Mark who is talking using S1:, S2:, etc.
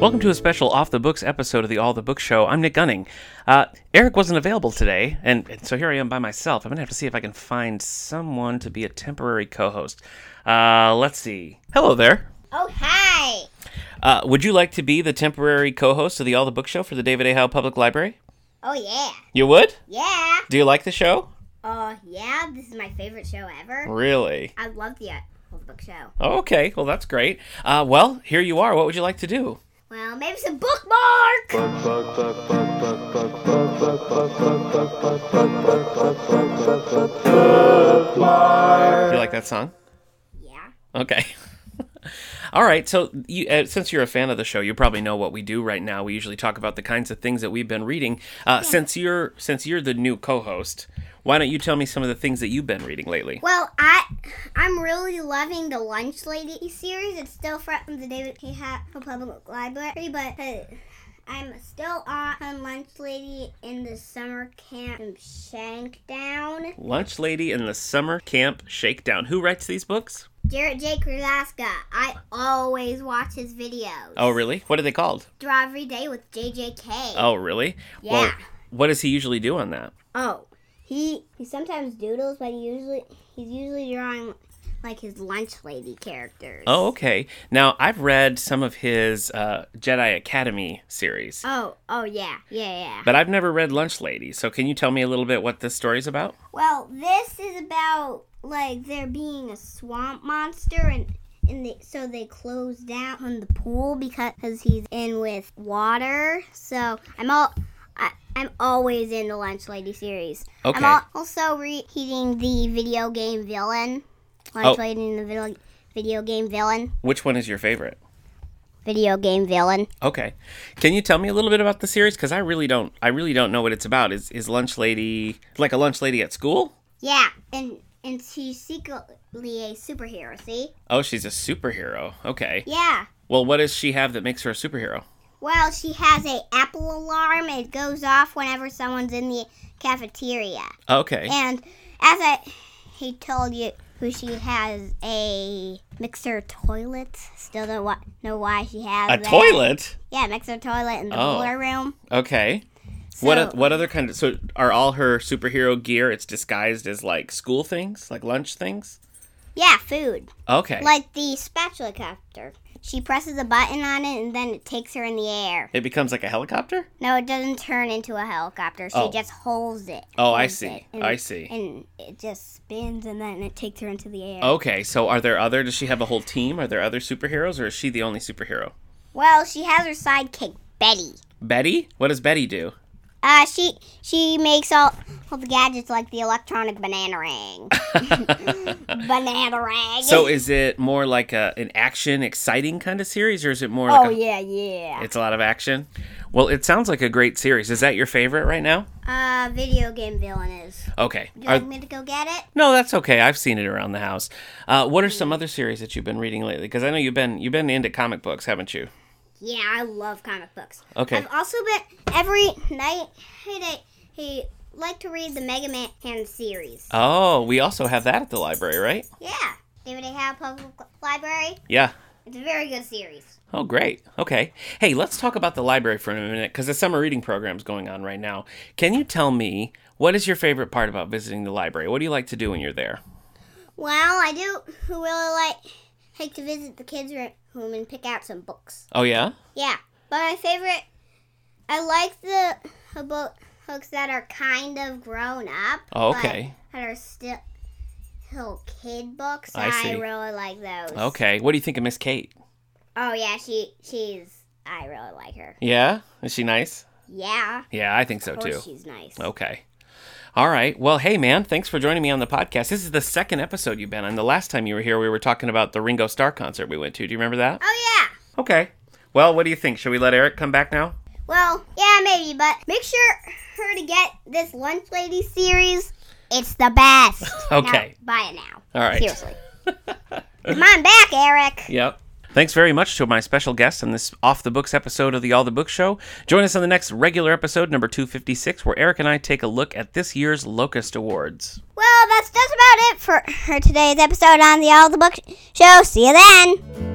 S1: Welcome to a special off the books episode of the All the Books Show. I'm Nick Gunning. Uh, Eric wasn't available today, and, and so here I am by myself. I'm gonna have to see if I can find someone to be a temporary co-host. Uh, let's see. Hello there.
S2: Oh, hi.
S1: Uh, would you like to be the temporary co-host of the All the Books Show for the David A. Howe Public Library?
S2: Oh, yeah.
S1: You would?
S2: Yeah.
S1: Do you like the show?
S2: Oh, yeah. This is my favorite show ever.
S1: Really?
S2: I love the uh, old book show.
S1: Oh, okay. Well, that's great. Uh, well, here you are. What would you like to do?
S2: Well, maybe some bookmark.
S1: Do you like that song?
S2: Yeah.
S1: Okay. All right. So, you, uh, since you're a fan of the show, you probably know what we do right now. We usually talk about the kinds of things that we've been reading. Uh, Since you're since you're the new co-host, why don't you tell me some of the things that you've been reading lately?
S2: Well, I I'm really loving the Lunch Lady series. It's still from the David K. Hat Public Library, but uh, I'm still on on Lunch Lady in the summer camp in Shankdown.
S1: Lunch Lady and the Summer Camp Shakedown. Who writes these books?
S2: Jarrett J. Kralaska. I always watch his videos.
S1: Oh, really? What are they called?
S2: Draw every day with JJK.
S1: Oh, really?
S2: Yeah.
S1: what does he usually do on that?
S2: Oh, he he sometimes doodles, but he usually he's usually drawing like his lunch lady characters.
S1: Oh, okay. Now I've read some of his uh, Jedi Academy series,
S2: Oh, oh yeah, yeah, yeah.
S1: but I've never read Lunch Lady. So, can you tell me a little bit what this story's about?
S2: Well, this is about like there being a swamp monster and and they, so they close down on the pool because he's in with water. So I'm all I, I'm always in the lunch lady series.
S1: Okay.
S2: I'm al- also reading the video game villain. Lunch
S1: Oh.
S2: lady and the video, video game villain.
S1: Which one is your favorite?
S2: Video game villain.
S1: Okay. Can you tell me a little bit about the series? Because I really don't, I really don't know what it's about. Is is Lunch Lady like a Lunch Lady at school?
S2: Yeah, and and she's secretly a superhero. See?
S1: Oh, she's a superhero. Okay.
S2: Yeah.
S1: Well, what does she have that makes her a superhero?
S2: Well, she has a apple alarm. It goes off whenever someone's in the cafeteria.
S1: Okay.
S2: And as I he told you who she has a mixer toilet. Still don't wa- know why she has
S1: A
S2: that.
S1: toilet.
S2: Yeah, mixer toilet in the
S1: Oh.
S2: boiler room.
S1: Okay. What
S2: So-
S1: oth- what other kind of so are all her superhero gear? It's disguised as like school things, like lunch things.
S2: Yeah, food.
S1: Okay.
S2: Like the spatula copter. She presses a button on it and then it takes her in the air.
S1: it becomes like a helicopter.
S2: No, it doesn't turn into a helicopter. She
S1: Oh.
S2: just holds it.
S1: Oh, I
S2: holds
S1: see.
S2: it,
S1: I see.
S2: And it just spins and then it takes her into the air.
S1: Okay. So are there other? Does she have a whole team? Are there other superheroes, or is she the only superhero?
S2: Well, she has her sidekick Betty.
S1: Betty. What does Betty do?
S2: Uh, she she makes all, all the gadgets like the electronic banana ring. banana ring.
S1: So is it more like a an action, exciting kind of series, or is it more like
S2: oh
S1: a,
S2: yeah, yeah.
S1: it's a lot of action? Well, it sounds like a great series. Is that your favorite right now?
S2: Uh, video game villain is.
S1: Okay.
S2: Would you
S1: Are,
S2: like me to go get it?
S1: no, that's okay. I've seen it around the house. Uh, what are some other series that you've been reading lately? Because I know you've been you've been into comic books, haven't you?
S2: Yeah, I love comic books.
S1: Okay.
S2: I've also been every night. Hey, I hey, like to read the Mega Man series.
S1: Oh, we also have that at the library, right?
S2: Yeah, David A. Howe Public Library.
S1: Yeah.
S2: It's a very good series.
S1: Oh, great. Okay. Hey, let's talk about the library for a minute because the summer reading program's going on right now. Can you tell me what is your favorite part about visiting the library? What do you like to do when you're there?
S2: Well, I do really like like to visit the kids' room and pick out some books.
S1: Oh yeah.
S2: Yeah, but my favorite, I like the uh, book books that are kind of grown up.
S1: Oh,
S2: but
S1: okay.
S2: that are still still kid books.
S1: I see.
S2: really like those.
S1: Okay. What do you think of Miss Kate?
S2: Oh yeah, she she's. I really like her.
S1: Yeah? Is she nice?
S2: Yeah.
S1: Yeah, I think so
S2: Of course
S1: too. Oh.
S2: she's nice.
S1: Okay. All right. Well, hey man, thanks for joining me on the podcast. This is the second episode you've been on. The last time you were here, we were talking about the Ringo Starr concert we went to. Do you remember that?
S2: Oh yeah.
S1: Okay. Well, what do you think? Should we let Eric come back now?
S2: Well, yeah, maybe, but make sure her to get this Lunch Lady series. It's the best.
S1: Okay.
S2: Now, buy it now.
S1: All right.
S2: Seriously. Come on back, Eric.
S1: Yep. Thanks very much to my special guest on this off the books episode of the All the Books Show. Join us on the next regular episode, number 256, where Eric and I take a look at this year's Locust Awards.
S2: Well, that's just about it for, for today's episode on the All the Book Show. See you then.